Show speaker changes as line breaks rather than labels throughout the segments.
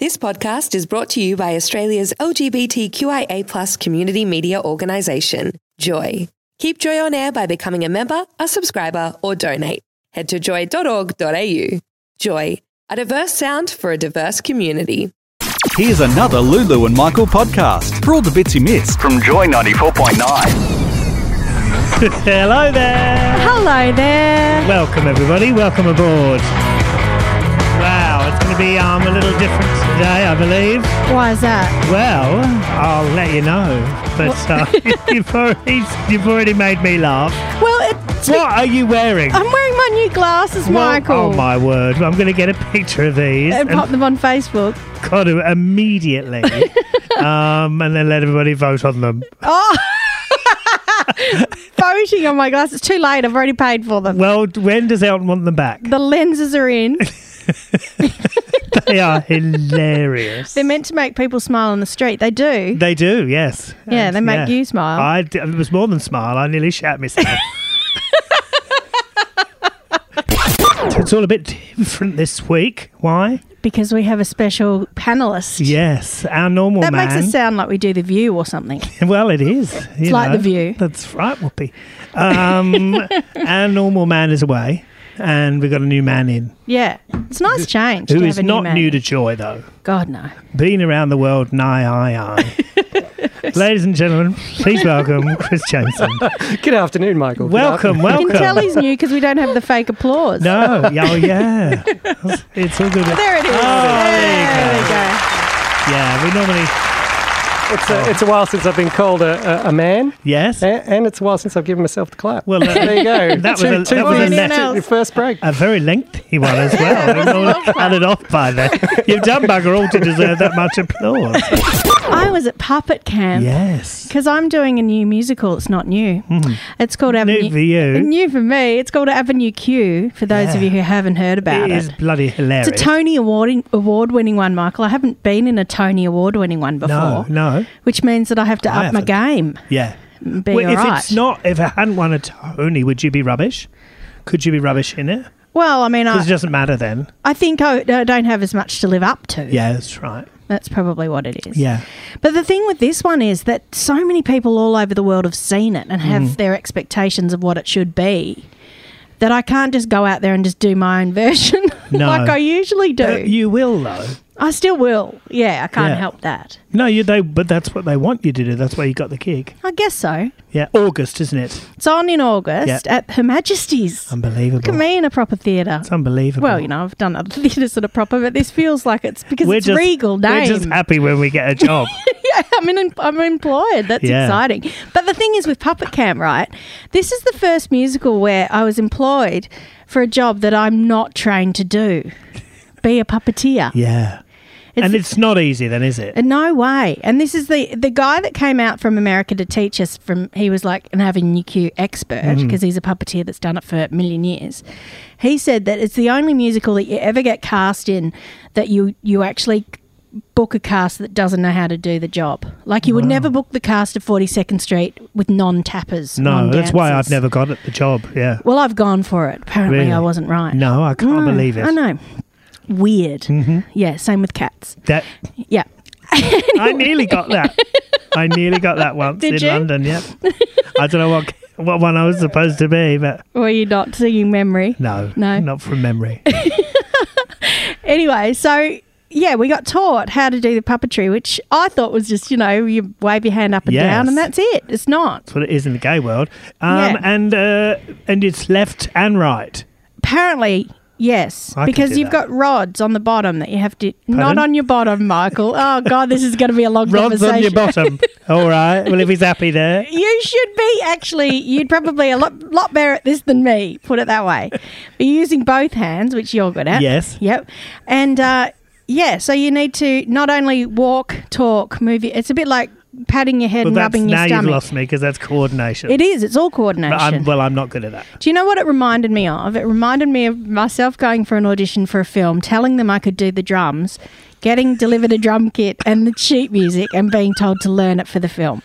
This podcast is brought to you by Australia's LGBTQIA community media organisation, Joy. Keep Joy on air by becoming a member, a subscriber, or donate. Head to joy.org.au. Joy, a diverse sound for a diverse community.
Here's another Lulu and Michael podcast for all the bits you missed.
from Joy 94.9.
Hello there.
Hello there.
Welcome everybody. Welcome aboard. Wow, it's going to be um, a little different today, I believe.
Why is that?
Well, I'll let you know. But uh, you've already you've already made me laugh.
Well, it's
What are you wearing?
I'm wearing my new glasses,
Well,
Michael.
Oh my word! I'm going to get a picture of these
And pop them on Facebook.
got to immediately, um, and then let everybody vote on them.
Oh. Voting on my glasses. It's too late. I've already paid for them.
Well, when does Elton want them back?
The lenses are in.
They are hilarious.
They're meant to make people smile on the street. They do.
They do, yes.
Yeah, they make you smile.
I d- it was more than smile. I nearly shat myself. it's all a bit different this week. Why?
Because we have a special panelist.
Yes, our normal
That
man.
makes it sound like we do The View or something.
well, it is. It's
like The View.
That's right, Whoopi. Um, our normal man is away, and we've got a new man in
Yeah. It's a nice change.
who
to
is
have a
not
new, man.
new to joy, though.
God, no.
Been around the world, nigh, aye, aye. Ladies and gentlemen, please welcome Chris Jameson.
Good afternoon, Michael. Good
Welcome,
afternoon.
You
welcome.
can tell he's new because we don't have the fake applause.
No, yeah, oh yeah, it's all good.
There it is. there we go.
Yeah, we normally
It's a, it's a while since I've been called a, a, a man,
yes.
and, and it's a while since I've given myself the clap.
Well, that-
there you go.
that was
Two-
a-
two
that was a Uh,
things
let-
to your first break.
A very lengthy one as well. We've normally had it off by then. You've done bugger all to deserve that much applause.
I was at Puppet Camp
Yes.
because I'm doing a new musical. It's not new. It's called
Hmm. New
Avenue.
for you.
New for me. It's called Avenue Q. For those of
Yeah.
you who haven't heard
It
about it,
is bloody hilarious.
it's a Tony Award award winning one, Michael. I haven't been in a Tony Award winning one
no,
before,
no.
which means that I have to
I
up my game.
Yeah.
And be
well, if
alright.
it's not, if I hadn't won a Tony, would you be rubbish? Could you be rubbish in it?
Well, I mean,
Because it
I,
doesn't matter then.
I think I, I don't have as much to live up to.
Yeah, that's right.
That's probably what it is.
Yeah.
But the thing with this one is that so many people all over the world have seen it and have
Mm.
their expectations of what it should be that I can't just go out there and just do my own version
No.
like I usually do.
But you will though.
I still will. Yeah, I can't
Yeah.
help that.
No, you they but that's what they want you to do. That's why you got the gig.
I guess so.
Yeah, August, isn't it?
It's on in August
Yeah.
at Her Majesty's.
Unbelievable.
Look at me in a proper theatre.
It's unbelievable.
Well, you know, I've done other theatres that are proper, but this feels like it's because it's regal name.
We're just happy when we get a job.
I'm in, I'm employed. That's
Yeah.
exciting. But the thing is with Puppet Camp, right? This is the first musical where I was employed for a job that I'm not trained to do. Be a puppeteer.
yeah.
It's-
and it's not easy then, is it?
in Uh, no way. And this is the the guy that came out from America to teach us from he was like an Avenue Q expert
Mm-hmm.
because he's a puppeteer that's done it for a million years. He said that it's the only musical that you ever get cast in that you you actually book a cast that doesn't know how to do the job. Like you would never book the cast of 42nd Street with non-tappers.
No, that's why I've
non-dancers.
never got it, the job. Yeah.
Well, I've gone for it. Apparently
Really?
I wasn't right.
No, I can't
No,
believe it. Mm-hmm.
I know. Weird. Yeah, same with cats.
That
Yeah.
I nearly got that. I nearly got that once
Did
in
you?
London, yeah. I don't know what what one I was supposed to be, but
Or you're not singing memory.
no.
No.
Not from memory.
Anyway, so yeah, we got taught how to do the puppetry, which I thought was just, you know, you wave your hand up and
Yes.
down and that's it. It's not.
That's what it is in the gay world. Um
Yeah.
and uh, and it's left and right.
Apparently, yes,
I could
because
do
you've
that.
got rods on the bottom that you have to
Pardon?
not on your bottom, Michael. Oh god, this is going to be a long
Rod's
conversation.
on your bottom. All right. Well, if he's happy there.
You should be actually. You'd probably a lot lot better at this than me. Put it that way. But you're using both hands, which you're good at.
Yes.
Yep. And uh, yeah, so you need to not only walk, talk, move. Your, it's a bit like patting your head
Well,
and
that's,
rubbing your
now you've
stomach.
lost me because that's coordination.
It is. It's all
But
coordination.
I'm, well, I'm not good at that.
Do you know what it reminded me of? It reminded me of myself going for an audition for a film, telling them I could do the drums, getting delivered a drum kit and the sheet music, and being told to learn it for the film.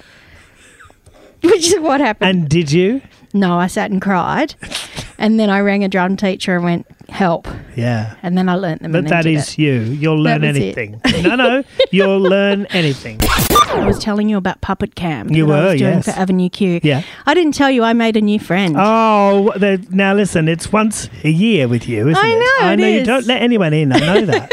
Which is what happened.
And did you?
No, I sat and cried. And then I rang a drum teacher and went, help.
Yeah.
And then I learnt them.
But
and then
that
did
is you. You'll
That
learn
was it.
anything. no, no. You'll learn anything.
it. I was telling you about Puppet Cam.
You
that I
were,
was doing
yes.
for Avenue Q.
Yeah.
I didn't tell you I made a new friend.
Oh, the- now listen, it's once a year with you, isn't
I
it?
know,
I
it
know you
is.
don't let anyone in. I know that.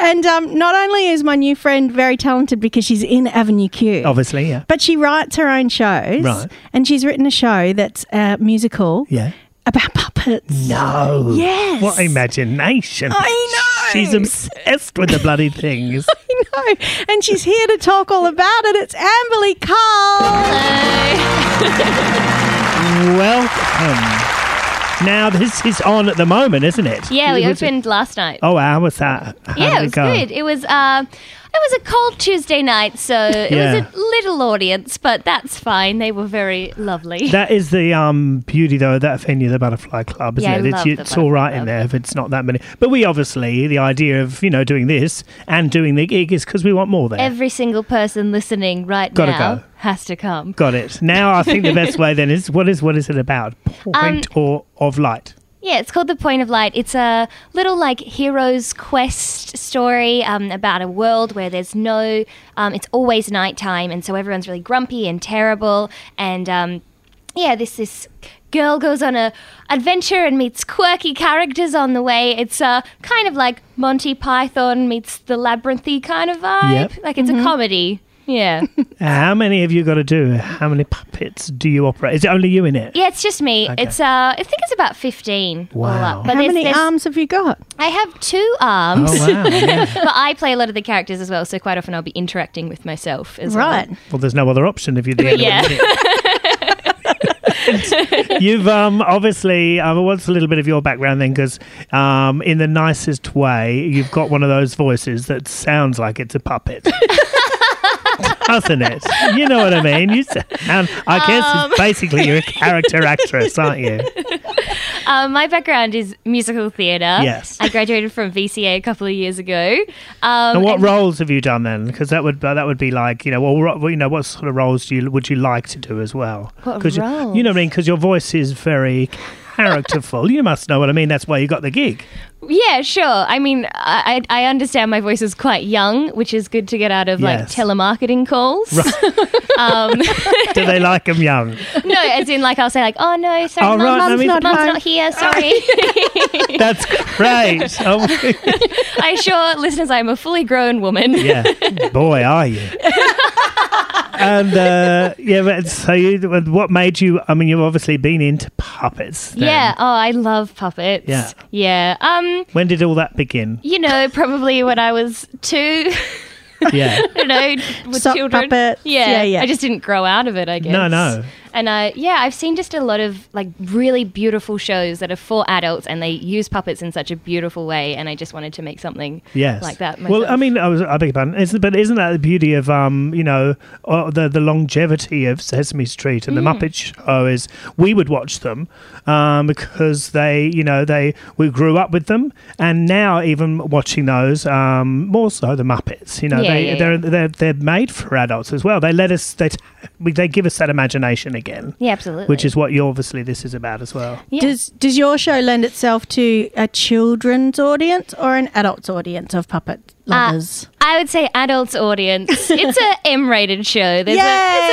And um, not only is my new friend very talented because she's in Avenue Q,
Obviously, yeah.
but she writes her own shows.
Right.
And she's written a show that's a musical
Yeah.
about puppets.
No.
Yes.
What imagination.
I know.
She's obsessed with the bloody things.
I know. And she's here to talk all about it. It's Amberly Carl.
Welcome. Now, this is on at the moment, isn't it?
Yeah, we
Was it-
opened last night.
Oh, how was that? How did
yeah, it was
go?
good. It was uh, it was a cold Tuesday night, so it
Yeah.
was a little audience, but that's fine. They were very lovely.
That is the um, beauty, though, of that venue, the Butterfly Club, isn't
Yeah, I
it?
love
it's
the
it's all right in
Butterfly
there if it's not that many. But we obviously, the idea of, you know, doing this and doing the gig is because we want more there.
Every single person listening right
Gotta
now
go.
has to come.
Got it. Now I think the best way then is what is what is it about?
Um,
Point or of light?
Yeah, it's called The Point of Light. It's a little like hero's quest story um, about a world where there's no, um, it's always nighttime, and so everyone's really grumpy and terrible. And um, yeah, this this girl goes on a adventure and meets quirky characters on the way. It's uh, kind of like Monty Python meets the labyrinthy kind of vibe.
Yep.
Like it's a comedy. Yeah.
How many have you got to do? How many puppets do you operate? Is it only you in it?
Yeah, it's just me. It's uh, I think it's about fifteen all
Wow.
up. But
How
there's-
many
there's-
arms have you got?
I have two arms.
Oh wow! yeah.
but I play a lot of the characters as well, so quite often I'll be interacting with myself as
Right.
well.
Well, there's no other option if you're the only
Yeah.
one in it. You've um, obviously um, what's a little bit of your background then, because um, in the nicest way, you've got one of those voices that sounds like it's a puppet, doesn't it? You know what I mean? You sound. I guess it's basically you're a character actress, aren't you?
Um, my background is musical theatre.
Yes.
I graduated from VCA a couple of years ago. Um,
And what
and-
roles have you done then? Because that would that would be like you know, well, ro- well, you know, what sort of roles do you would you like to do as well?
What
'Cause you,
roles?
you know what I mean? Because your voice is very characterful. you must know what I mean. That's why you got the gig.
Yeah, sure. I mean, I, I I understand my voice is quite young, which is good to get out of like
Yes.
telemarketing calls. um,
Do they like 'em young?
no, as in like I'll say like, oh no, sorry,
Oh,
mum,
right,
mum's,
let me-
not, mum's
Mum's
not here. Sorry.
That's great. Oh,
I assure listeners, I am a fully grown woman.
yeah, boy, are you? and uh, yeah, but so you, what made you? I mean, you've obviously been into puppets. then.
Yeah. Oh, I love puppets.
Yeah.
Yeah. Um,
When did all that begin?
you know, probably when I was two.
Yeah.
you know, with
Sock
children.
puppets.
Yeah.
Yeah, yeah.
I just didn't grow out of it, I guess.
No, no.
And I, yeah, I've seen just a lot of like really beautiful shows that are for adults and they use puppets in such a beautiful way. And I just wanted to make something
Yes.
like that.
Well, I
myself.
mean, I, was, I beg your pardon. Isn't, but isn't that the beauty of, um, you know, uh, the the longevity of Sesame Street
Hmm.
and the Muppet Show is we would watch them um, because they, you know, they we grew up with them, and now even watching those, um, more so the Muppets. You know,
Yeah,
they
yeah,
they're,
yeah.
they're they're made for adults as well. They let us they t- we- they give us that imagination again,
yeah, absolutely.
which is what you obviously this is about as well.
Yeah.
Does does your show lend itself to a children's audience or an adult's audience of puppet
Uh,
lovers?
I would say adults audience. It's a M-rated show. There's
Yay!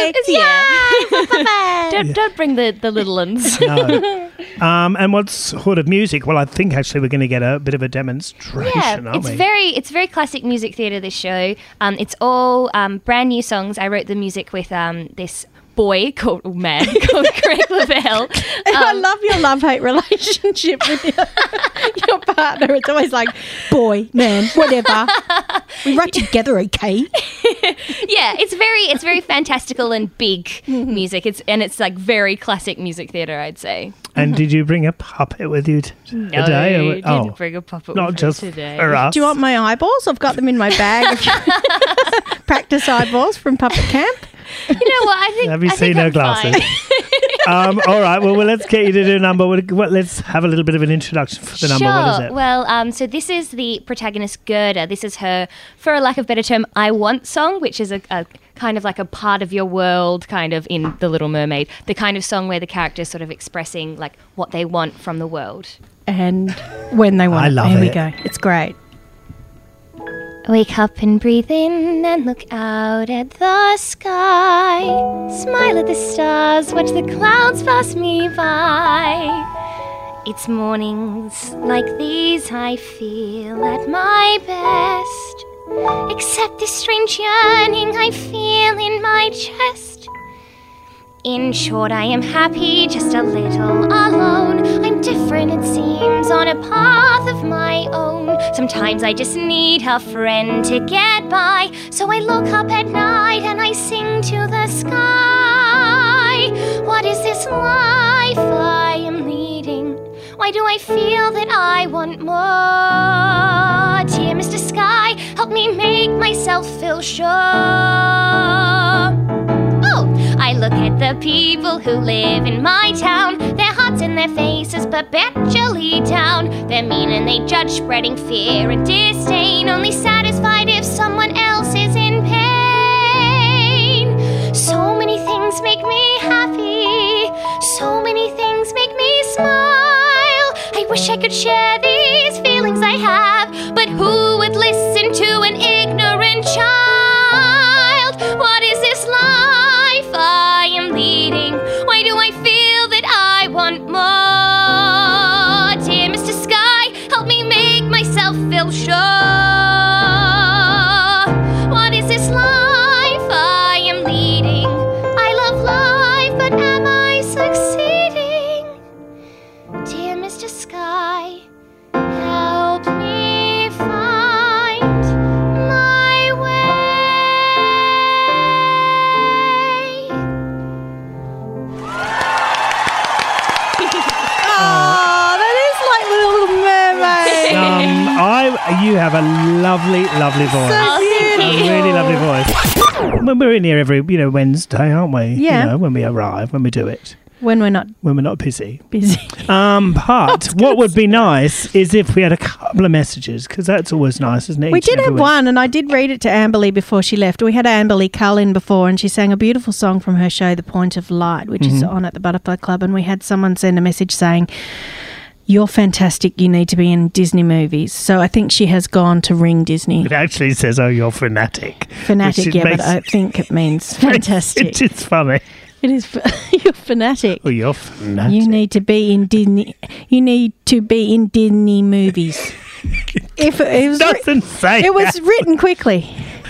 A, it's a, it's, yeah. don't, don't bring the, the little ones.
No. um, and what sort of music? Well, I think actually we're going to get a bit of a demonstration,
Yeah,
aren't
it's
we?
very it's very classic music theatre. This show, um, it's all um, brand new songs. I wrote the music with um, this boy called oh, man called Craig Lavelle.
I
Um,
love your love hate relationship with your, your partner. It's always like, boy, man, whatever. We write together, okay?
yeah, it's very it's very fantastical and big music. It's and it's like very classic music theatre. I'd say.
And did you bring a puppet with you t-
No,
today? Or-
didn't
oh,
bring a puppet
not
with me
just
today.
for us.
Do you want my eyeballs? I've got them in my bag. Practice eyeballs from puppet camp.
You know what? I think
Have you
I
seen
think
her
I'm
glasses?
fine.
um, all right. Well, well, let's get you to do a number. Well, well, let's have a little bit of an introduction for the number. What is it?
Well, um, so this is the protagonist Gerda. This is her, for a lack of better term, "I Want" song, which is a, a kind of like a part of your world, kind of in The Little Mermaid, the kind of song where the character's sort of expressing like what they want from the world.
and when they want.
I love
Here we
it.
go. It's great.
Wake up and breathe in and look out at the sky. Smile at the stars, watch the clouds pass me by. It's mornings like these I feel at my best. Except this strange yearning I feel in my chest. In short, I am happy, just a little alone. I'm different, it seems, on a path of my own. Sometimes I just need a friend to get by. So I look up at night and I sing to the sky. What is this life I am leading? Why do I feel that I want more? Dear Mr. Sky, help me make myself feel sure. Oh, I look at the people who live in my town. Their hearts and their faces perpetually down. They're mean and they judge, spreading fear and disdain. Only satisfied if someone else is in pain. So many things make me happy. So many things make me smile. I wish I could share these feelings I have, but who would listen to an ignorant child? What is this life I am leading? Why do I feel that I want more? Dear Mr. Sky, help me make myself feel sure. What is this life I am leading? I love life, but am I succeeding? Dear Mr. Sky, help me find my way.
Oh, that is like Little Mermaid.
Um, I, you have a lovely, lovely voice.
thank
a really lovely voice. When we're in here every, you know, Wednesday, aren't we?
Yeah.
You know, when we arrive, when we do it,
when we're not
when we're not busy.
busy.
Um, but what would be nice is if we had a couple of messages because that's always nice, isn't it?
We
Each and
did
every
have
week.
one, and I did read it to Amberley before she left. We had Amberley Cullen before, and she sang a beautiful song from her show, The Point of Light, which is
Mm-hmm.
on at the Butterfly Club. And we had someone send a message saying, You're fantastic. You need to be in Disney movies. So I think she has gone to ring Disney.
It actually says, "Oh, you're fanatic."
Fanatic,
Which it
yeah, but
makes-
I think it means fantastic.
It's, it's funny.
It is. f- You're fanatic.
Oh, you're fanatic.
You need to be in Disney. You need to be in Disney movies. if it, was writ-
doesn't say
it was
that.
written quickly,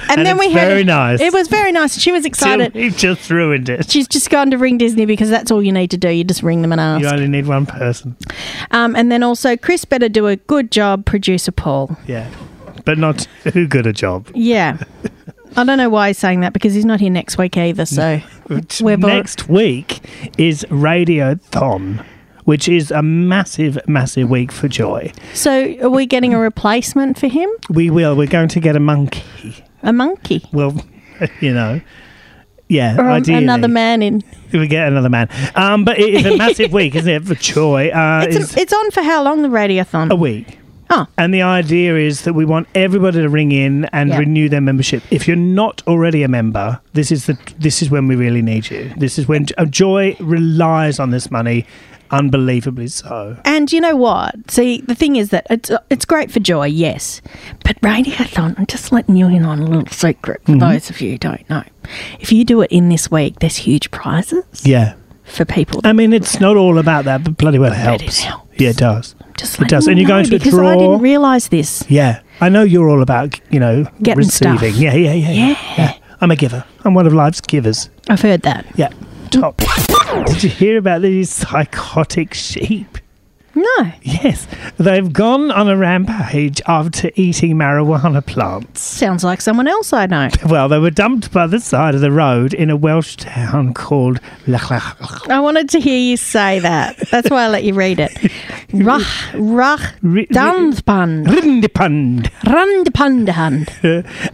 and,
And
then
it's
we had
very nice.
It was very nice. She was
Still,
excited.
You've just ruined it.
She's just gone to ring Disney because that's all you need to do. You just ring them and ask.
You only need one person.
Um, and then also, Chris better do a good job, producer Paul.
Yeah, but not who good a job.
Yeah. I don't know why he's saying that because he's not here next week either. So We're bo-
Next week is Radiothon, which is a massive, massive week for Joy.
so are we getting a replacement for him?
We will. We're going to get a monkey.
A monkey?
Well, you know. Yeah,
Or a-
ideally.
Um, another man in.
We get another man. Um, but it is a massive week, isn't it, for Joy? Uh,
It's,
it's
it's on for how long, the radiothon?
a week.
Oh.
And the idea is that we want everybody to ring in and
Yeah.
renew their membership. If you're not already a member, this is the this is when we really need you. This is when uh, Joy relies on this money, unbelievably so.
And you know what? See, the thing is that it's uh, it's great for joy, yes, but radiothon. I'm just letting you in on a little secret
Mm-hmm.
for those of you who don't know. If you do it in this week, there's huge prizes
Yeah. Um,
for people.
I mean, it's not all about that, but bloody well
But
helps.
it helps.
Yeah, it does.
just
it
letting
does. And
you
you're going
know
to a
because I
draw.
didn't realise this.
Yeah, I know you're all about you know
Getting
receiving.
stuff.
Yeah, yeah, yeah, yeah, yeah. I'm a giver. I'm one of life's givers.
I've heard that.
Yeah, top. Did you hear about these psychotic sheep?
No,
Yes, they've gone on a rampage after eating marijuana plants.
sounds like someone else I know.
Well, they were dumped by the side of the road in a Welsh town called Lachlan.
I wanted to hear you say that. That's why I let you read it. Rach,
Ri-
rach, danspand,
Rindipund.
randpandhand.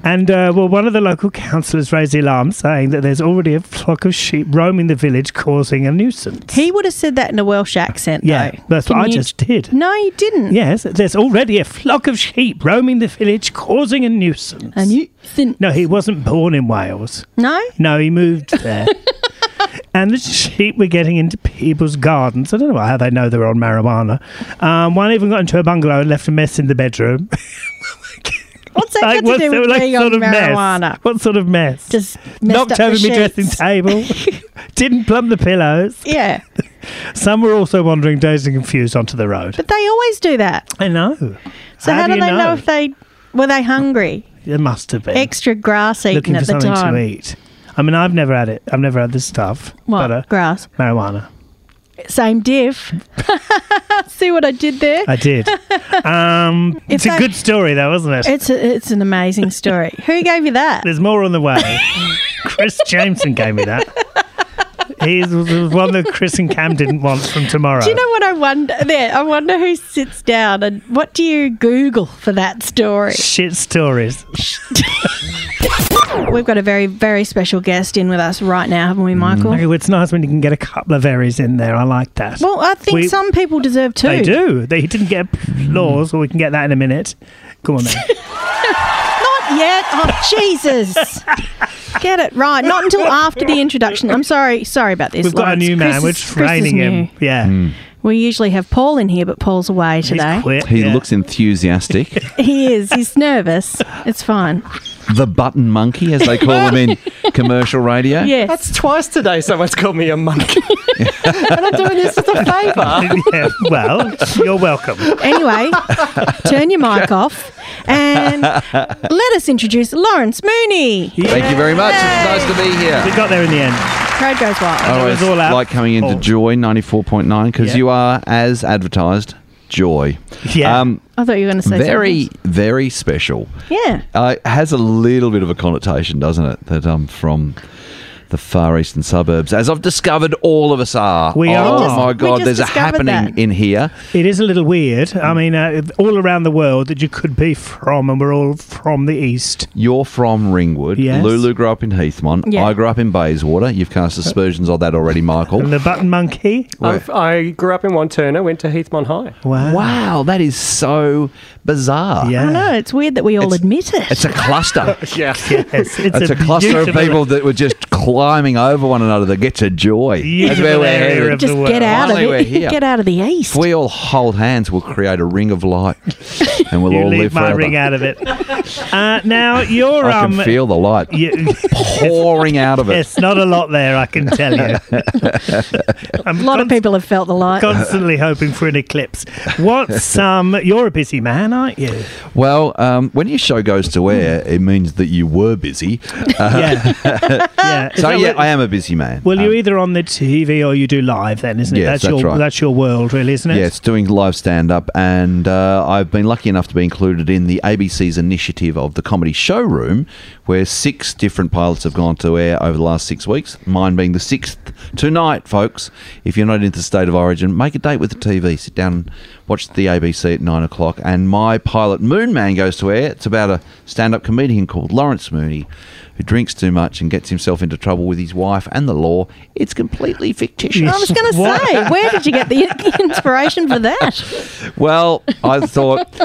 And uh, well, one of the local councillors raised the alarm, saying that there's already a flock of sheep roaming the village, causing a nuisance.
He would have said that in a Welsh accent,
yeah,
though.
that's
Can
what I
you-
just did.
No, you didn't.
Yes, there's already a flock of sheep roaming the village, causing a nuisance.
And you didn't.
no, he wasn't born in Wales.
No?
No, he moved there. And the sheep were getting into people's gardens. I don't know how they know they were on marijuana. Um, one even got into a bungalow and left a mess in the bedroom.
What's that
Like,
got to
what's
do
the-
with
like,
being
sort
on
of
marijuana?
mess? What sort of mess?
Just messed up
knocked
the
over my dressing
sheets.
table. Didn't plumb the pillows.
Yeah,
Some were also wandering dazed and confused onto the road.
but they always do that.
I know.
So how, do,
you
they know? if they were they hungry?
It must have been
Extra grass eaten
looking
at
for
the
something to
time.
eat. I mean, I've never had it. I've never had this stuff.
What
But, uh,
grass?
marijuana.
Same diff. See what I did there?
I did. um,
If
it's a
I-
good story, though, isn't it?
It's a, it's an amazing story. Who gave you that?
There's more on the way. Chris Jameson gave me that. He was the one that Chris and Cam didn't want from tomorrow.
Do you know what I wonder? There, I wonder who sits down and what do you Google for that story?
Shit stories.
We've got a very, very special guest in with us right now, haven't we, Michael?
Okay, well, it's nice when you can get a couple of erries in there. I like that.
Well, I think
We-
some people deserve two.
They do. They he didn't get applause, or we can get that in a minute. Come on then.
Not yet. Oh, Jesus. Get it right. Not until after the introduction. I'm sorry. Sorry about this.
We've got a
Lawrence.
new man.
Chris
We're
is- Chris is
training him.
new.
Yeah.
Hmm.
We usually have Paul in here, but Paul's away today.
He's quit.
He
yeah.
looks enthusiastic.
He is. He's nervous. It's fine.
the button monkey, as they call him in commercial radio.
Yes.
That's twice today someone's called me a monkey. and I'm doing this as a favour.
yeah, well, you're welcome.
Anyway, turn your mic off and let us introduce Lawrence Mooney.
Thank you very much.
Yay.
It's nice to be
We
here.
got there in the end.
Crowd goes
I
wild.
always
all out.
like coming into
Oh.
Joy 94.9 because
Yeah.
you are, as advertised, Joy.
Yeah.
Um,
I thought you were going to say
very, very special.
something. Yeah.
Uh, it has a little bit of a connotation, doesn't it? That I'm from the far eastern suburbs, as I've discovered all of us are.
We
oh,
are. We just-
my
we
God,
just
there's a
discovered
happening
that.
in here.
It is a little weird.
Mm.
I mean, uh, all around the world that you could be from, and we're all from the east.
You're from Ringwood.
Yes.
Lulu grew up in Heathmont.
Yeah.
I grew up in Bayswater. You've cast aspersions on that already,
And
Michael.
the button monkey.
Right.
I've, I grew up in Wanturna, went to Heathmont High.
Wow.
Wow, that is so bizarre.
Yeah.
I know. It's weird that we all
It's-
admit it.
It's a cluster.
Yeah.
Yes, it's
It's a, cluster of
beautiful-
people that were just climbing over one another that get to joy. That's where
Beautiful
we're
area
headed.
of
Just
the world.
get out of
Finally, we're
it.
here.
Get out of the east.
If we all hold hands, we'll create a ring of light, and we'll
You
all
leave
live
my
forever.
ring out of it. Uh, now you're
I
um.
can feel the light
you-
pouring out of it.
it's not a lot there, I can tell you. I'm
a lot of
const-
people have felt the light.
constantly hoping for an eclipse. What's um? You're a busy man, aren't you?
Well, um, when your show goes to air, it means that you were busy. Uh,
Yeah. yeah. Is
so
that
yeah,
what-
I am a busy man.
Well,
Um,
you're either on the TV or you do live, then, isn't it?
Yes, that's
your
right.
that's your world, really, isn't it?
Yeah, it's doing live stand up, and uh, I've been lucky enough to be included in the ABC's initiative of the Comedy Showroom, where six different pilots have gone to air over the last six weeks, mine being the sixth. Tonight, folks, if you're not into State of Origin, make a date with the TV. Sit down and watch the ABC at nine o'clock, and my pilot Moon Man goes to air. It's about a stand up comedian called Lawrence Mooney. Who drinks too much and gets himself into trouble with his wife and the law? It's completely fictitious.
I was going to
What?
say, where did you get the inspiration for that?
Well, I thought,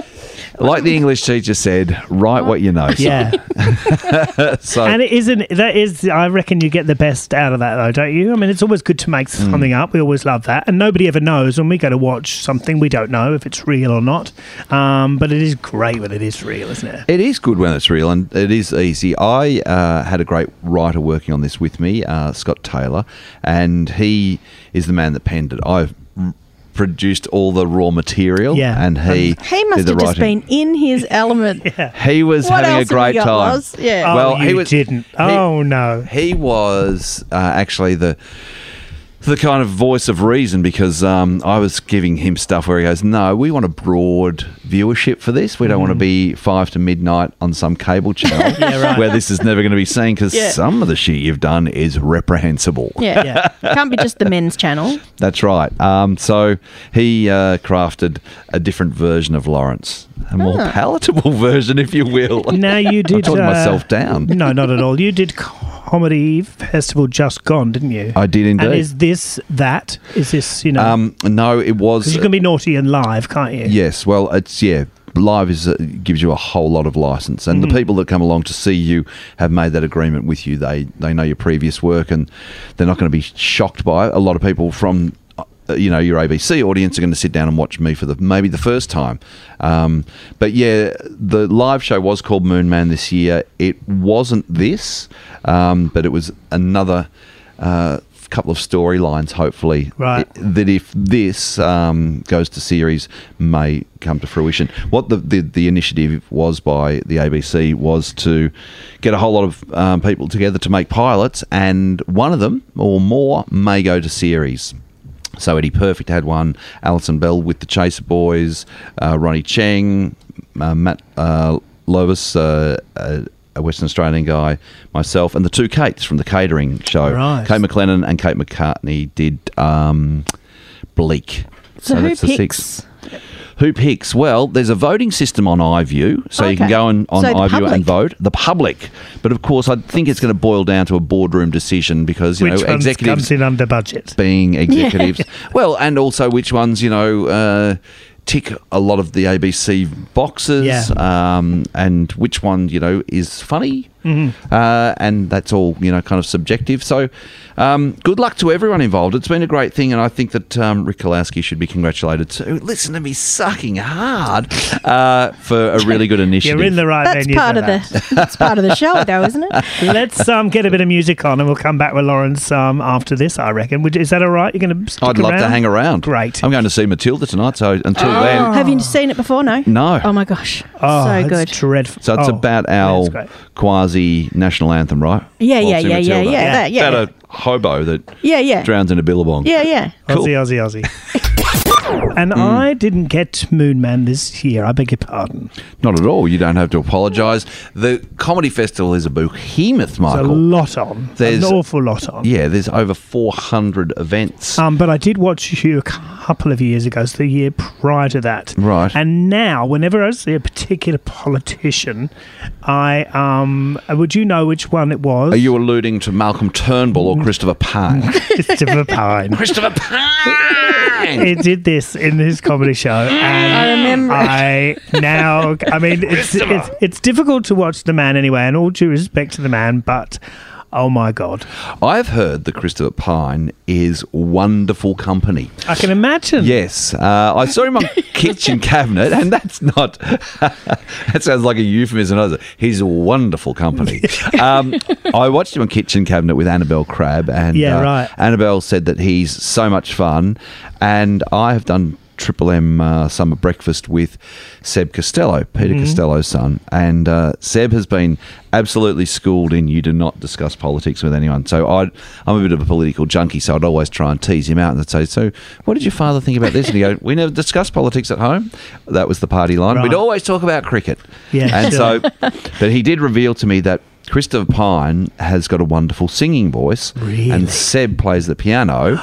like the English teacher said, write what you know. So-
Yeah.
So,
and it isn't that is I reckon you get the best out of that though, don't you? I mean, it's always good to make
Mm.
something up. We always love that, and nobody ever knows when we go to watch something. We don't know if it's real or not, um, but it is great when it is real, isn't it?
it is good when it's real and it is easy. I uh, had a great writer working on this with me, uh, Scott Taylor, and he is the man that penned it. I produced all the raw material,
Yeah.
and he
He must
did the
have just
writing.
been in his element.
He was
What
having a
else have we
great
got,
time.
Loz? Yeah.
Oh,
Well,
you
he was
didn't.
he-
oh no.
He was uh, actually the the kind of voice of reason because um, I was giving him stuff where he goes, "No, we want a broad viewership for this. We don't
Mm.
want to be five to midnight on some cable channel where this is never going to be seen because
Yeah.
some of the shit you've done is reprehensible."
Yeah.
Yeah.
Can't be just the men's channel.
That's right. Um, so he uh, crafted a different version of Lawrence, a more
Ah.
palatable version, if you will.
Now you did. uh,
talking myself down.
No, not at all. You did comedy festival just gone, didn't you?
I did indeed.
And is this that? Is this you know?
Um, no, it was.
because you can be naughty and live, can't you?
Yes, well, it's yeah, live is uh, gives you a whole lot of license, and the people that come along to see you have made that agreement with you. They they know your previous work, and they're not going to be shocked by it. A lot of people from uh, you know your ABC audience are going to sit down and watch me for the maybe the first time. Um, but yeah, the live show was called Moon Man this year. It wasn't this, um, but it was another. Uh, couple of storylines hopefully
Right.
that if this um, goes to series may come to fruition. What the, the the initiative was by the ABC was to get a whole lot of um, people together to make pilots, and one of them or more may go to series. So Eddie Perfect had one, Alison Bell with the Chaser Boys, uh, Ronnie Cheng, uh, Matt uh, Lovis, uh, a, a Western Australian guy, myself, and the two Kates from the catering show.
Right.
Kate McLennan and Kate McCartney did um, Bleak.
So, who
that's the
picks?
six. Who picks? Well, there's a voting system on iView, so you can
Okay.
go on, on
So the
iView
public.
and vote. The public, but of course, I think it's going to boil down to a boardroom decision because you
Which
know
one comes
executives
in under budget?
being executives. well, and also which ones you know uh, tick a lot of the ABC boxes,
Yeah.
um, and which one you know is funny,
Mm-hmm.
uh, and that's all you know kind of subjective. So, um, good luck to everyone involved. It's been a great thing, and I think that um, Rick Kowalski should be congratulated too. Listen to me sucking hard uh, for a really good initiative.
You're in the right
That's
venue
part
for
of
that.
the that's part of the show, though, isn't it? Oh.
Let's um, get a bit of music on, and we'll come back with Lawrence um, after this. I reckon. Would, is that all right? You're going to?
I'd love to hang around.
Great.
I'm going to see Matilda tonight, so until then.
Have you seen it before? No.
Oh. No.
Oh my gosh,
Oh,
so
it's
good.
Dreadful.
So it's
Oh,
about
that's
our
great.
quasi national anthem, right?
Yeah, yeah,
Waltzing
yeah, yeah,
Matilda.
yeah, that, yeah.
About a hobo that
yeah, yeah,
drowns in a billabong.
yeah, yeah.
Cool. Hmm.
Aussie, Aussie, Aussie. and I didn't get Moon Man this year. I beg your pardon.
Not at all. You don't have to apologise. The comedy festival is a behemoth,
There's
Michael.
a lot on.
There's-
an awful lot on.
yeah, there's over 400 events.
Um, but I did watch you a couple of years ago, so the year prior to that.
Right.
And now, whenever I see a particular politician, I um, would you know which one it was?
Are you alluding to Malcolm Turnbull or Christopher Pine?
Mm. Christopher Pine?
Christopher Pine!
He did this in his comedy show, and I remember. I now, I mean, it's, it's it's difficult to watch the man anyway, and all due respect to the man, but oh my god,
I've heard that Christopher Pine is wonderful company.
I can imagine.
Yes, uh, I saw him on Kitchen Cabinet, and that's not. that sounds like a euphemism. doesn't it? He's a wonderful company. Um, I watched him on Kitchen Cabinet with Annabelle Crabb, and uh,
Yeah, right.
Annabelle said that he's so much fun, and I have done Triple M uh, summer breakfast with Seb Costello, Peter Costello's son, and uh, Seb has been absolutely schooled in you do not discuss politics with anyone. So I, I'm a bit of a political junkie, so I'd always try and tease him out and I'd say, "So, what did your father think about this?" And he go, "We never discuss politics at home." That was the party line.
Right.
We'd always talk about cricket,
Yeah,
and
sure.
so but he did reveal to me that Christopher Pine has got a wonderful singing voice,
Really? Oh,
and Seb plays the piano.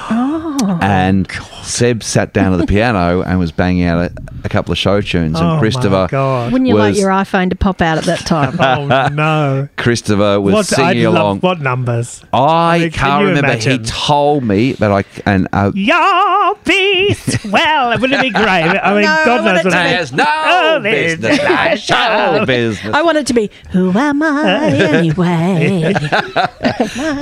and Seb sat down at the piano and was banging out a, a couple of show tunes.
Oh,
and
my
Christopher,
God.
Wouldn't you like
was-
your iPhone to pop out at that time?
Oh no.
Christopher was
What
singing
I'd
along.
love what numbers?
I
mean,
can't
can you
remember. He
imagine?
told me, but I c- and uh,
Your peace. Well, wouldn't it be great? I mean,
No,
God
I
knows
want it
what
to
I
be-
there's no
Oh, there's
business
no
like show business.
I want it to be who am I anyway?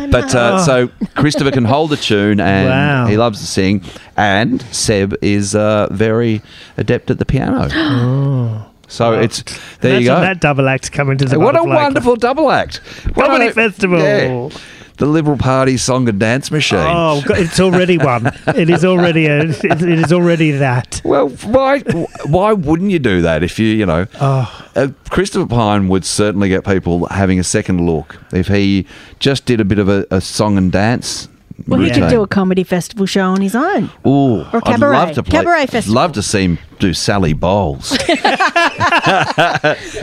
But uh, so Christopher can hold the tune and
Wow.
he loves to sing. And Seb is uh, very adept at the piano.
Oh.
So it's there you
Imagine
go.
That double act coming to the
what a
Butterfly Club.
wonderful double act! What
comedy
a-
festival.
yeah. the Liberal Party song and dance machine.
Oh, God, it's already one. It is already a, it it is already that.
Well, why why wouldn't you do that if you you know?
Oh.
Uh, Christopher Pine would certainly get people having a second look if he just did a bit of a, a song and dance.
well, he
routine.
could do a comedy festival show on his own.
Ooh,
Or
I'd
cabaret.
love to play,
Cabaret
I'd
festival.
Love to see him do Sally Bowles,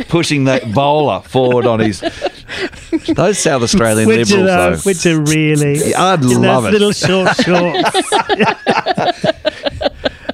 pushing that bowler forward on his. Those South Australian
Which
liberals,
are,
though.
which are really,
I'd
in
love
those
it.
little short shorts.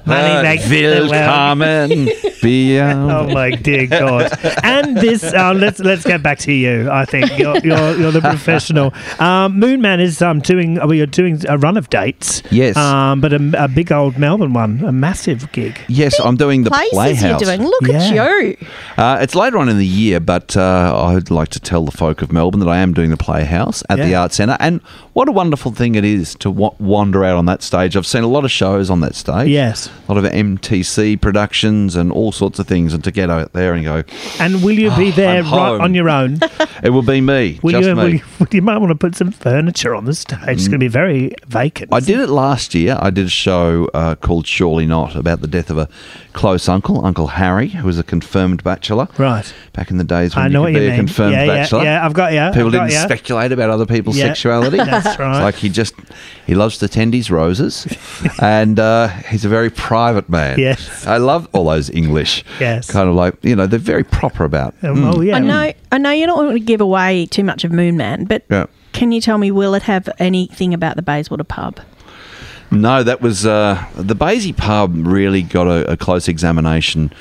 Honey
Uh,
makes the world-
Willkommen. Be
Oh
out.
my dear God! And this, uh, let's let's get back to you. I think you're you're, you're the professional. Um, Moon Man is um, doing. Well, you're doing a run of dates.
Yes.
Um, but a, a big old Melbourne one, a massive gig.
Yes, I'm doing the
Places
Playhouse.
you're doing. Look
Yeah.
at you.
Uh, it's later on in the year, but uh, I'd like to tell the folk of Melbourne that I am doing the Playhouse at the
Yeah.
Arts Centre. And what a wonderful thing it is to wa- wander out on that stage. I've seen a lot of shows on that stage.
Yes.
A lot of MTC productions and all sorts of things. And to get out there and go,
And will you be there
Ah, I'm
right
home.
on your own?
it will be me,
Will
just
you,
me. Mm.
Will you? You might want to put some furniture on the stage. It's going to be very vacant.
I did it last year. I did a show uh, called Surely Not about the death of a close uncle, Uncle Harry, who was a confirmed bachelor.
Right.
Back in the days when
I
you
know
could
what
be
you
a
mean.
confirmed
yeah,
bachelor.
Yeah, yeah, I've got you.
People
I've got
didn't
you.
speculate about other people's
Yeah.
sexuality.
That's right.
It's like he just he loves to tend his roses, and uh, he's a very private man.
Yes.
I love all those English.
Yes.
kind of like you know they're very proper about.
Um, Oh yeah.
I know. I know you don't want to give away too much of Moon Man, but
Yeah.
can you tell me will it have anything about the Bayswater pub?
No, that was uh, the Basie pub. Really got a, a close examination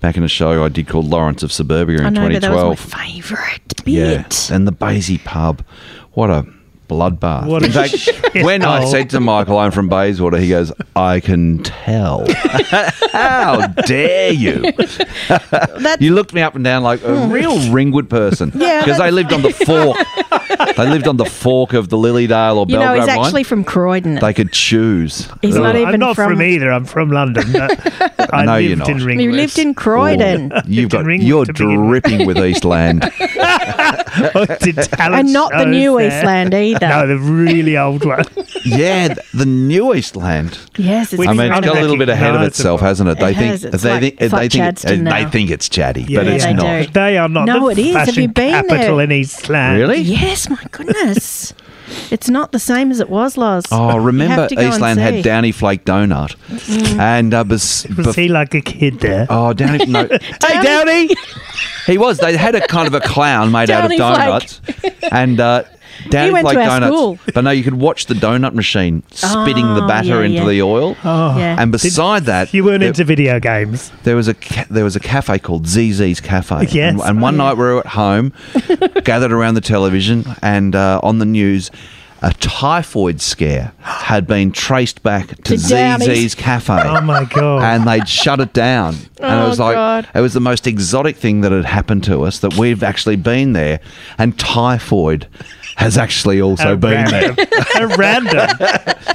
back in a show I did called Lawrence of Suburbia in
I know, but that
2012.
was my favourite bit.
Yeah, and the Basie pub. What a bloodbath.
What
in
a
fact,
shithole.
when I said to Michael, I'm from Bayswater, he goes, I can tell. How dare you?
That's,
You looked me up and down like a real ringwood person.
Hmm. Yeah,
Because they
that's-
lived on the fork. they lived on the fork of the Lilydale or
you know,
Belgrade
he's
line.
actually from Croydon.
They could choose.
he's
Well,
not even
I'm not from,
from.
either. I'm from London. but I
No, you're
lived in
not.
He
Ringwood.
lived in Croydon.
Oh, You've got,
Ringwood
you're
to begin with.
dripping with Eastland.
and not the new Eastland either.
No, the really old one.
yeah, th- the new Eastland.
Yes, it's
I
I mean,
renovated.
it's got a little bit ahead of
Recognizable.
itself, hasn't it? They
It
think
has. It's
they
like
think
fuck
they think
Chad's to now.
they think it's chatty,
Yeah,
but it's
yeah.
they
not.
do.
They are not.
No,
the
it is. Have
fashion
you been there?
capital in Eastland?
Really?
Yes, my goodness. it's not the same as it was, Loz.
Oh, remember
to go and
Eastland
see.
had Downy Flake Donut,
Mm.
and uh, bes-
Was
bef-
he like a kid there?
oh Downy no, hey Downy, he was. They had a kind of a clown made
Downy Flake.
out of donuts, and. Uh, Downy
went to
Flake
our
donuts,
school.
but no, you could watch the donut machine spitting the
Oh,
batter
yeah,
into
yeah.
the oil.
Yeah.
And beside that,
You weren't
there-
into video games.
There was a ca- there was a cafe called ZZ's Cafe.
Yes. Oh,
And, and one night we were at home, gathered around the television, and uh, on the news, a typhoid scare had been traced back to,
To Downey's.
ZZ's Cafe.
Oh my god!
And they'd shut it down. and
Oh,
it was like,
God.
it was the most exotic thing that had happened to us that we've actually been there. And typhoid has actually also
At
been there.
random. At random.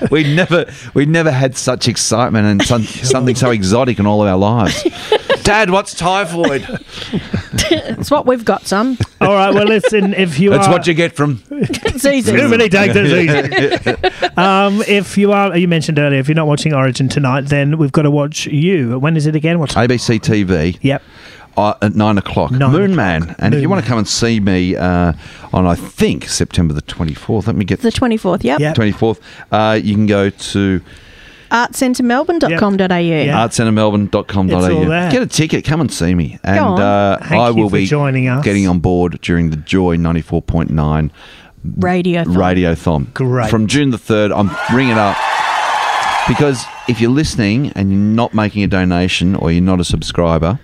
We never, we never had such excitement and some, something so exotic in all of our lives. Dad, what's typhoid?
It's what we've got, son.
All right. Well, listen. If you
That's
are
what you get from.
It's easy.
Too many days is easy. um, if you are, you mentioned earlier, if you're not watching Origin tonight, then we've got to watch you. When is it again? What time?
ABC TV.
Yep.
Uh, at nine o'clock,
Nine
Moon
o'clock.
Man, and if you
Moon
want
Man.
to come and see me uh, on, I think September the twenty fourth. Let me get
The 24th, yep.
Yep.
twenty fourth. Uh, you can go to
Artcentermelbourne.com.au.
Yeah. It's all
artcentermelbourne.com.au.
there.
Get a ticket, come and see me, and
on.
uh,
Thank
I
you
will
for
be
joining us.
getting on board during the Joy ninety four point nine
Radio.
Radiothon.
Great.
From June the 3rd, I'm ringing up. Because if you're listening and you're not making a donation or you're not a subscriber,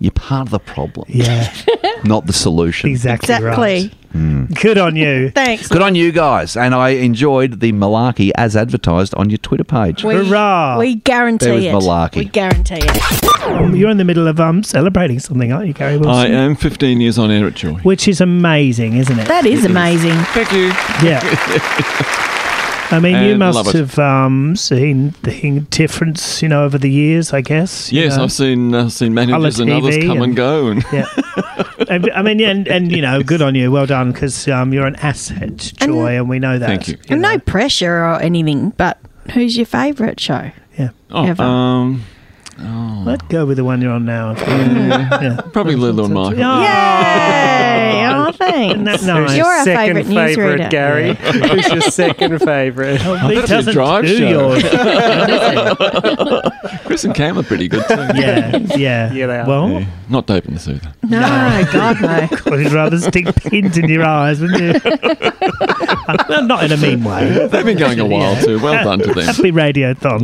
you're part of the problem,
Yeah.
not the solution.
Exactly.
Exactly.
Right. Good on you.
Thanks.
Good on you guys. And I enjoyed the malarkey as advertised on your Twitter page.
We,
Hurrah.
We guarantee
There was
it.
malarkey.
We guarantee it.
You're in the middle of um celebrating something, aren't you, Gary
I
Wilson?
am 15 years on air at Joy.
Which is amazing, isn't it?
That is amazing.
Thank you.
Yeah. I mean, you
And
must
love it.
have um, seen the difference, you know, over the years, I guess. you
Yes,
know?
I've seen I've seen managers
Colour
and others
TV
come and,
and-
go, and
Yeah. And- I mean, yeah, and, and, you know, good on you. Well done, because um, you're an asset, Joy,
And-
and, we know that.
Thank you.
And
know.
no pressure or anything, but who's your favourite show?
Yeah.
oh,
Ever.
um,
Let's go with the one you're on now. yeah.
probably Lulu and Michael.
Oh,
Yay! Oh,
isn't that
thanks.
nice?
You're our
second
favourite newsreader.
favourite, Gary. Who's your second favourite?
He
That's a
doesn't
drive
do
show.
yours.
Chris and Cam are pretty good too.
yeah, yeah.
Yeah, they are.
Well,
Yeah. Not dope in this either.
No, God no.
God, you'd rather stick pins in your eyes, wouldn't you? Uh, Not in a mean way.
They've been going a while too. Well done to them.
Happy radiothon.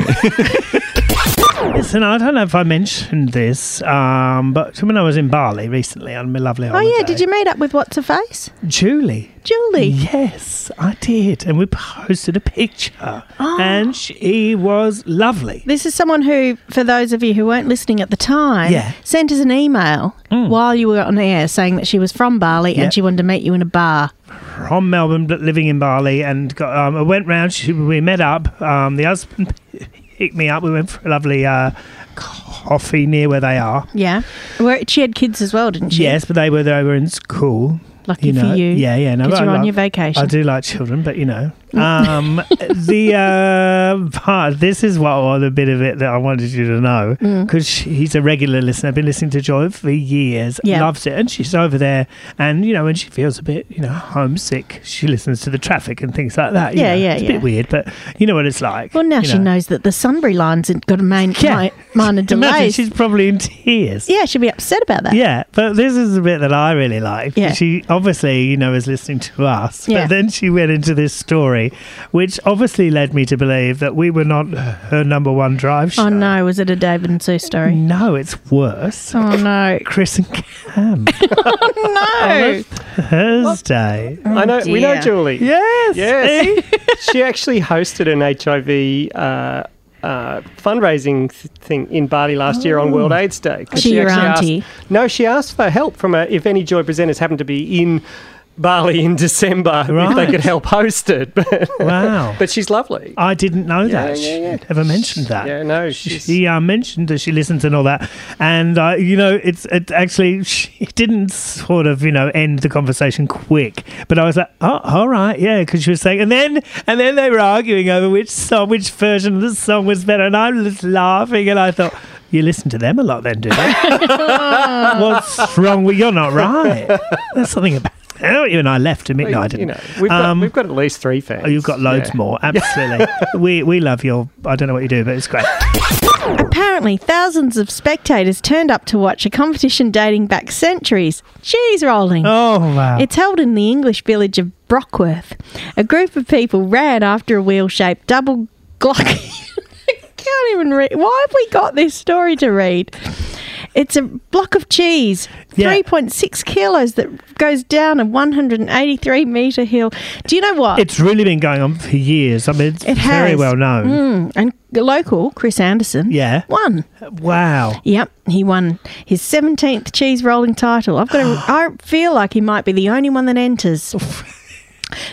yes, and I don't know if I mentioned this, um, but when I was in Bali recently on my lovely
Oh
holiday.
yeah, did you meet up with what's her face?
Julie.
Julie.
Yes, I did. And we posted a picture. And she was lovely.
This is someone who, for those of you who weren't listening at the time,
Yeah. Mm.
sent us an email while you were on air saying that she was from Bali
Yeah.
and she wanted to meet you in a bar.
From Melbourne, but living in Bali. And got, um, I went round, she, we met up. Um, the husband picked me up. We went for a lovely uh, coffee near where they are.
Yeah, where she had kids as well, didn't she?
Yes, but they were they were in school.
Lucky
you know.
for you.
Yeah, yeah. No,
Because
I
you're on
like-
your vacation.
I do like children, but you know, um, the uh, part. This is what all the bit of it that I wanted you to know
Mm.
because he's a regular listener. I've been listening to Joy for years.
Yeah.
loves it, and she's over there. And you know, when she feels a bit, you know, homesick, she listens to the traffic and things like that. you
Yeah,
know.
yeah,
It's a
yeah.
bit weird, but you know what it's like.
Well, now
you
she
know.
knows that the Sunbury line's got a main,
Yeah.
mi- minor
Imagine
delays.
she's probably in tears.
yeah, she'll be upset about that.
Yeah, but this is the bit that I really like.
Yeah.
She obviously, you know, is listening to us.
Yeah.
But then she went into this story, which obviously led me to believe that we were not her number one drive show.
Oh no, was it a David and Sue story?
No, it's worse.
Oh no,
Chris and Cam
no!
Thursday.
I know. We know
dear.
Julie.
Yes.
Yes. she actually hosted an HIV uh, uh, fundraising th- thing in Bali last year on
Oh.
World AIDS Day. 'cause
To your
actually
auntie.
Asked, no, she asked for help from a, if any Joy presenters happened to be in Bali in December, if they
Right.
could help host it. But,
Wow.
but she's lovely.
I didn't know that.
yeah, yeah.
She never mentioned that.
Yeah, no, she's-
She uh, mentioned that she listens and all that, and uh, you know, it's it actually she didn't sort of you know end the conversation quick, but I was like, oh, all right, yeah, because she was saying, and then and then they were arguing over which song, which version of the song was better, and I'm just laughing, and I thought. You listen to them a lot, then, do they? What's wrong with you're not right? There's something about oh, you. And I left at midnight.
you
didn't-
know, we've,
Um,
got, we've got at least three fans.
Oh, you've got loads
Yeah.
more. Absolutely. we we love your. I don't know what you do, but it's great.
Apparently, thousands of spectators turned up to watch a competition dating back centuries. Cheese rolling.
Oh wow.
It's held in the English village of Brockworth. A group of people ran after a wheel shaped double Glock. I can't even read. Why have we got this story to read? It's a block of cheese,
Yeah.
3.6 kilos, that goes down a 183 metre hill. Do you know what?
It's really been going on for years. I mean, it's
It
very
has.
well known.
Mm, and the local, Chris Anderson,
Yeah.
won.
Wow.
Yep, he won his 17th cheese rolling title. I've got a, I feel like he might be the only one that enters.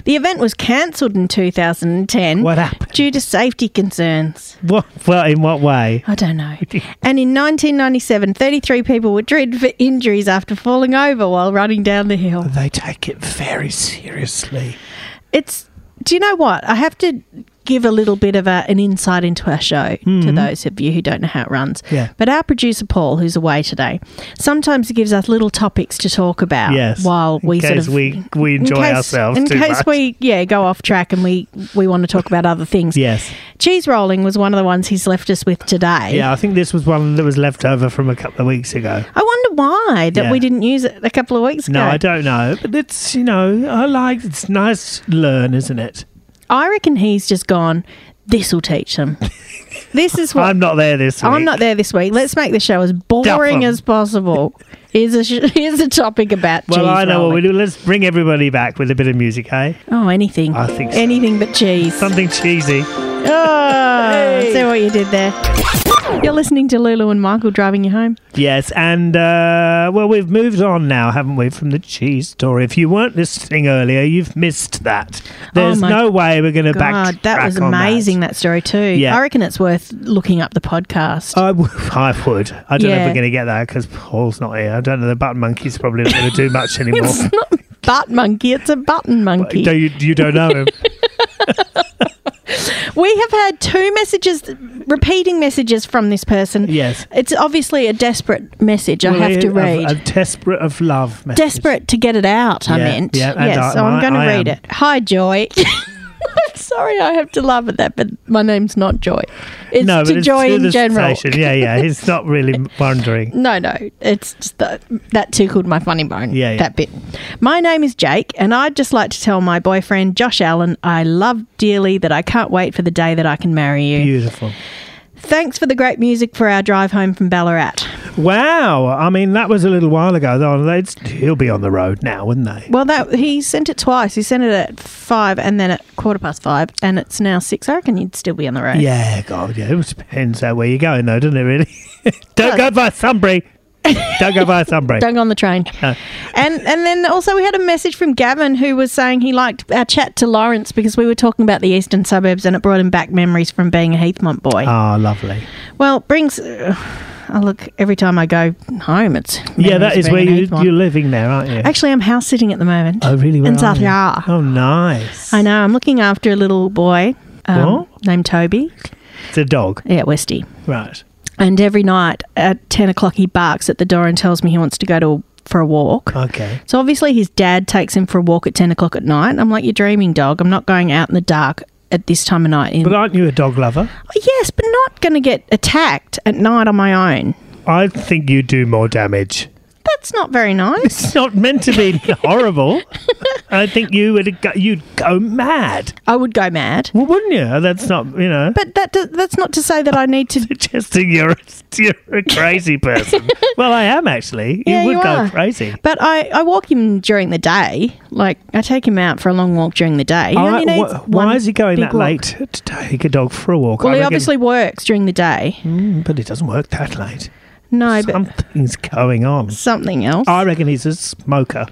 the event was cancelled in 2010
What happened?
due to safety concerns.
What? Well, in what way?
I don't know. and in 1997, 33 people were treated for injuries after falling over while running down the hill.
They take it very seriously.
It's do you know what? I have to give a little bit of a, an insight into our show to those of you who don't know how it runs.
Mm-hmm. Yeah.
But our producer Paul, who's away today, sometimes gives us little topics to talk about
Yes.
while we
in
sort
case
of
we we enjoy
in case,
ourselves
In
too
case
much.
we yeah go off track and we we want to talk about other things.
Yes.
Cheese rolling was one of the ones he's left us with today.
Yeah, I think this was one that was left over from a couple of weeks ago.
I wonder why that
Yeah.
we didn't use it a couple of weeks
No,
ago.
I don't know, but it's you know I like it's nice to learn, isn't it?
I reckon he's just gone. This will teach them. this is what
I'm not there this week.
I'm not there this week. Let's make the show as boring
'em.
as possible. Here's a sh- here's a topic about.
Well,
cheese
I know what we
rolling.
do. Let's bring everybody back with a bit of music, eh?
Oh, anything.
I think so.
anything but cheese.
Something cheesy.
Oh, see what you did there. You're listening to Lulu and Michael driving you home.
Yes, and uh, well, we've moved on now, haven't we, from the cheese story? If you weren't listening earlier, you've missed that. There's
Oh my
no way we're going to
God,
back.
that was amazing. That. story too.
Yeah. Uh,
I reckon it's worth looking up the podcast.
I, w- I would. I don't know
Yeah.
if we're going to get that because Paul's not here. I don't know. The button monkey's probably not going to do much anymore.
it's not butt monkey. It's a button monkey.
do you, you don't know him.
We have had two messages, repeating messages from this person.
Yes.
It's obviously a desperate message. I
Well,
have to
of-
read.
of desperate of love. message.
desperate to get it out. I
Yeah,
meant.
yeah, and
yes,
I-
so I'm
I-
going
I
to read
am.
it. Hi, Joy. I'm sorry, I have to laugh at that, but my name's not Joy. It's
No, but
to
it's
Joy
to
in
the
general.
station. Yeah, yeah. He's not really wondering.
No, no, it's just that that tickled my funny bone.
Yeah, yeah.
that bit. My name is Jake, and I'd just like to tell my boyfriend Josh Allen I love dearly that I can't wait for the day that I can marry you.
Beautiful.
Thanks for the great music for our drive home from Ballarat.
Wow. I mean, that was a little while ago. Though. They'd, he'll be on the road now, wouldn't they?
Well, that he sent it twice. He sent it at five and then at quarter past five, and it's now six. I reckon you'd still be on the road.
Yeah, God, yeah. It depends how where you're going, though, doesn't it, really? Don't go by Sunbury. Don't go by Sunbury.
Don't go on the train.
No.
And and then also we had a message from Gavin who was saying he liked our chat to Lawrence because we were talking about the eastern suburbs and it brought him back memories from being a Heathmont boy.
Ah, lovely.
well, brings. Uh, I look every time I go home. It's
Yeah,
memories
that
of
is
being
where
in
you,
Heathmont.
you're living there, aren't you?
Actually, I'm house sitting at the moment.
oh, really? Where
in
are
South
you?
Yarra.
Oh, nice.
I know. I'm looking after a little boy um, named Toby.
It's a dog.
Yeah, Westy.
Right.
And every night at 10 o'clock, he barks at the door and tells me he wants to go to for a walk.
Okay.
So obviously, his dad takes him for a walk at 10 o'clock at night. I'm like, You're dreaming, dog. I'm not going out in the dark at this time of night. In-
But aren't you a dog lover?
yes, but not going to get attacked at night on my own.
I think you do more damage.
That's not very nice.
It's not meant to be horrible. I think you would go, you'd go mad.
I would go mad.
Well, wouldn't you? That's not, you know,
But that do- that's not to say that I need to.
suggesting you're a, you're a crazy person. well, I am actually. You
Yeah,
would
you
go
are.
crazy.
But I, I walk him during the day. Like, I take him out for a long walk during the day. He
I-
only needs
wh-
one
why is he going
big
that
walk.
late to take a dog for a walk?
Well,
I
he
reckon-
obviously works during the day.
Mm, but it doesn't work that late.
No, but
Something's going on.
something else.
I reckon he's a smoker.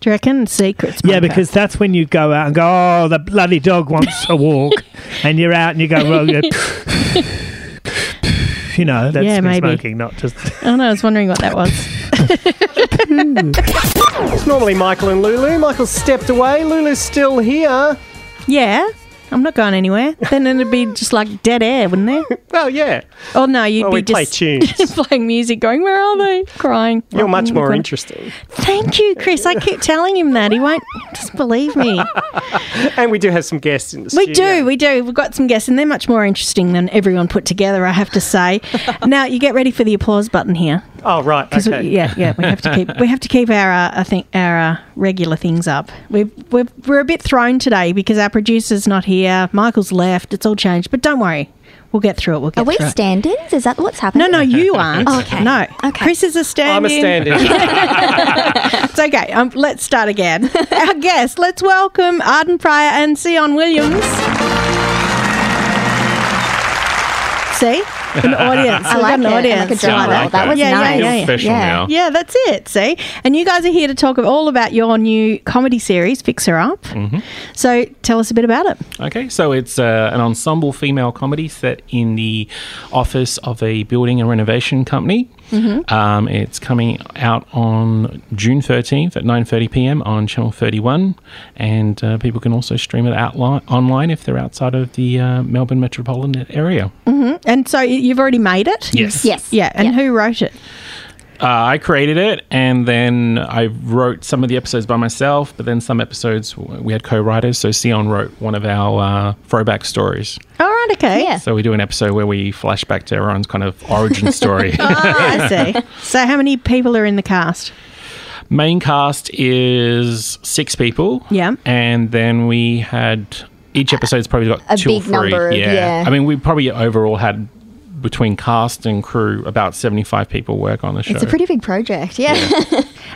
Do you reckon secrets?
Yeah, because that's when you go out and go, oh, the bloody dog wants a walk, and you're out and you go, well, you you know, that's
Yeah,
been
maybe.
smoking, not just.
oh no, I was wondering what that was.
It's normally Michael and Lulu. Michael stepped away. Lulu's still here.
yeah, I'm not going anywhere. Then it'd be just like dead air, wouldn't there?
Well, yeah.
Oh no, you'd
Well,
be
we play
just
tunes.
playing music, going, "Where are they?" Crying.
You're much
Nothing.
more interesting.
Thank you, Chris. I keep telling him that he won't just believe me.
And we do have some guests in the
We
studio.
do, we do. We've got some guests, and they're much more interesting than everyone put together. I have to say. now you get ready for the applause button here.
Oh, right.
'Cause we-
Okay.
yeah, yeah, we have to keep we have to keep our uh, I think our uh, regular things up. We've, we've we're a bit thrown today because our producer's not here. Michael's left. It's all changed, but don't worry, we'll get through it. We'll get
Are we
through it.
stand-ins? Is that what's
No,
happening?
no, you aren't.
Okay.
No.
Okay.
Chris is a stand.
I'm a stand-in.
It's okay. Um, let's start again. our guests. Let's welcome Arden Pryor and Sion Williams. See an audience.
I
We've got
like
an
it. I
audience.
like a drum roll. That was
Yeah, yeah,
nice.
yeah, yeah.
Special now.
Yeah, that's it. See, and you guys are here to talk all about your new comedy series, Fixer Up. So tell us a bit about it.
Okay, so it's uh, an ensemble female comedy set in the office of a building and renovation company.
Mm-hmm.
Um, it's coming out on June 13th at 9:30 p.m. on Channel 31, and uh, people can also stream it out li- online if they're outside of the uh, Melbourne metropolitan area.
And so y- you've already made it.
Yes.
Yes.
Yeah, and who wrote it?
Uh, I created it, and then I wrote some of the episodes by myself. But then some episodes w- we had co-writers. So Sion wrote one of our uh, throwback stories.
All right, okay.
Yeah.
So we do an episode where we flash back to everyone's kind of origin story.
Ah, I see. So how many people are in the cast?
Main cast is six people.
Yeah.
And then we had each episode's probably got
A
two
big
or three.
number of- yeah.
I mean, we probably overall had between cast and crew about 75 people work on the show.
It's a pretty big project, yeah.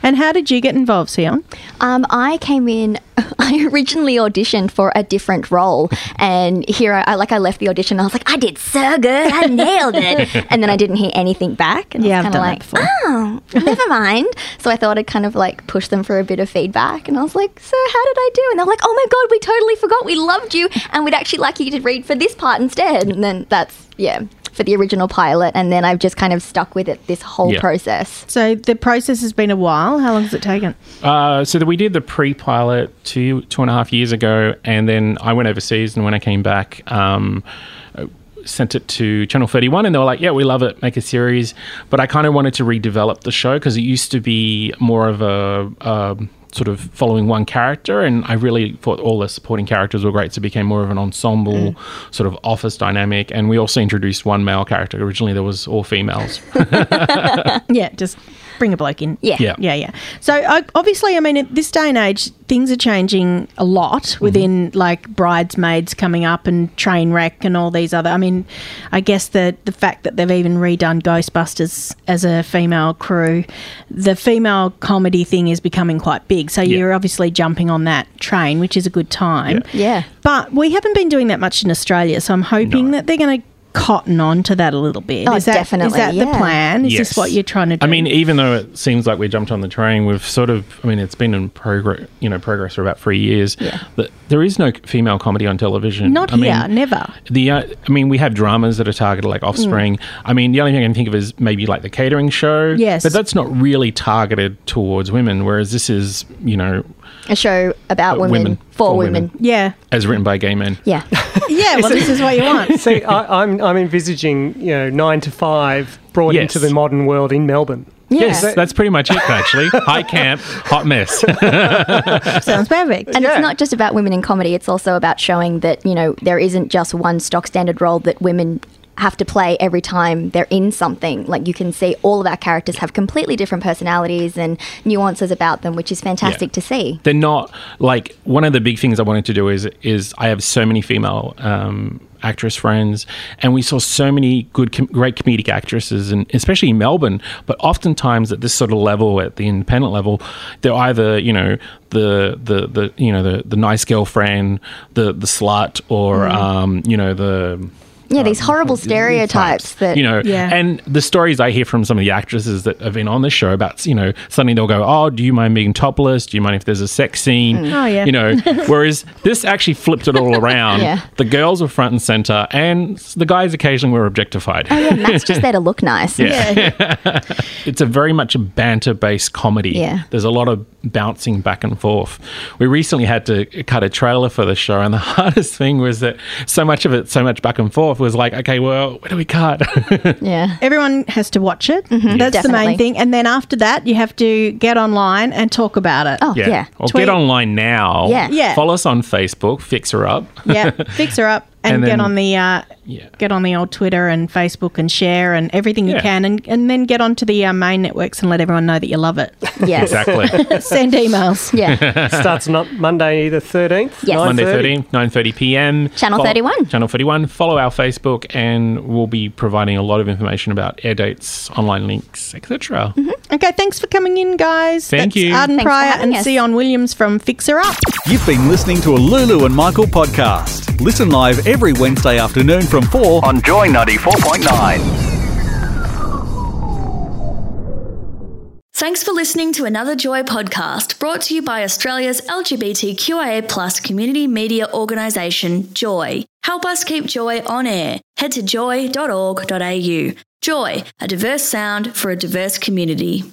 And how did you get involved, Sion?
Um, I came in. I originally auditioned for a different role, and here I, I like I left the audition. I was like, I did so good, I nailed it, and then I didn't hear anything back. And
Yeah,
I
I've
was kinda
done that
like,
before.
Oh, never mind. So I thought I'd kind of like push them for a bit of feedback, and I was like, So how did I do? And they're like, Oh my god, we totally forgot. We loved you, and we'd actually like you to read for this part instead. And then that's yeah for the original pilot, and then I've just kind of stuck with it this whole
Yeah.
process.
So the process has been a while. How long has it taken?
Uh, so that we did the pre-pilot two two and a half years ago, and then I went overseas, and when I came back, um, uh, sent it to Channel Thirty One, and they were like, "Yeah, we love it, make a series." But I kind of wanted to redevelop the show because it used to be more of a. um Sort of following one character, and I really thought all the supporting characters were great, so it became more of an ensemble
Mm.
sort of office dynamic. And we also introduced one male character. Originally, there was all females.
Yeah, just bring a bloke in.
Yeah.
Yeah, yeah. So I, obviously, I mean, at this day and age, things are changing a lot within like bridesmaids coming up and train wreck and all these other. I mean, I guess the the fact that they've even redone Ghostbusters as a female crew, the female comedy thing is becoming quite big. So you're obviously jumping on that train, which is a good time.
Yeah.
But we haven't been doing that much in Australia, so I'm hoping that they're going to cotton on to that a little bit.
Oh,
is that, Is
definitely,
that the
yeah.
plan? Is
Yes.
this what you're trying to do?
I mean, even though it seems like we jumped on the train, we've sort of, I mean, it's been in progress, you know, progress for about three years. Yeah. There is no female comedy on television.
Not
I mean,
here, never. Mm.
The uh, I mean, we have dramas that are targeted like Offspring. I mean, the only thing I can think of is maybe like the catering show.
Yes.
but that's not really targeted towards women. Whereas this is, you know,
A show about
Uh,
women,
women,
for,
for
women.
women.
Yeah.
as written by gay men.
Yeah.
Yeah, well, this is what you want.
See, I, I'm I'm envisaging you know nine to five brought
Yes.
into the modern world in Melbourne.
Yes, that's pretty much it actually. High camp, hot mess.
Sounds perfect.
And it's not just about women in comedy, it's also about showing that, you know, there isn't just one stock standard role that women have to play every time they're in something. Like you can see all of our characters have completely different personalities and nuances about them, which is fantastic to see.
they're not like one of the big things I wanted to do is is I have so many female um, actress friends, and we saw so many good, com- great comedic actresses, and especially in Melbourne. But oftentimes at this sort of level, at the independent level, they're either you know the the the you know the the nice girlfriend, the the slut, or um, you know the
Yeah, these horrible stereotypes that
Um, you know and the stories i hear from some of the actresses that have been on the show about you know suddenly they'll go oh do you mind being topless do you mind if there's a sex scene
Mm. Oh, yeah.
you know whereas this actually flipped it all around
Yeah.
the girls were front and center and s- the guys occasionally were objectified
Oh yeah, Matt's just there to look nice.
Yeah. it's a very much a banter based comedy.
Yeah.
There's a lot of bouncing back and forth. We recently had to cut a trailer for the show, and the hardest thing was that so much of it, so much back and forth, was like, okay, well, where do we cut?
Yeah.
Everyone has to watch it.
Mm-hmm.
That's the
Definitely.
main thing. And then after that, you have to get online and talk about it.
Oh,
Or get online now.
Yeah. Yeah.
Follow us on Facebook, Fix Her Up.
yeah, fix her up and,
And
get
then-
on the uh, get on the old Twitter and Facebook and share and everything
Yeah.
you can, and, and then get onto the uh, main networks and let everyone know that you love it.
Yes.
Exactly.
Send emails.
Starts on Monday the thirteenth.
Yes.
Monday 13th, 9.30 p.m.
Channel 31.
Channel 31. Follow our Facebook and we'll be providing a lot of information about air dates, online links, etc.
Mm-hmm. Okay, thanks for coming in, guys.
Thank
That's
you.
Arden
Thanks for
Pryor
having
and
us.
Sion Williams from Fix Her Up.
You've been listening to a Lulu and Michael podcast. Listen live every Wednesday afternoon from 4 on Joy 94.9.
Thanks for listening to another Joy podcast brought to you by Australia's LGBTQIA plus community media organisation, Joy. Help us keep Joy on air. Head to joy.org.au. Joy, a diverse sound for a diverse community.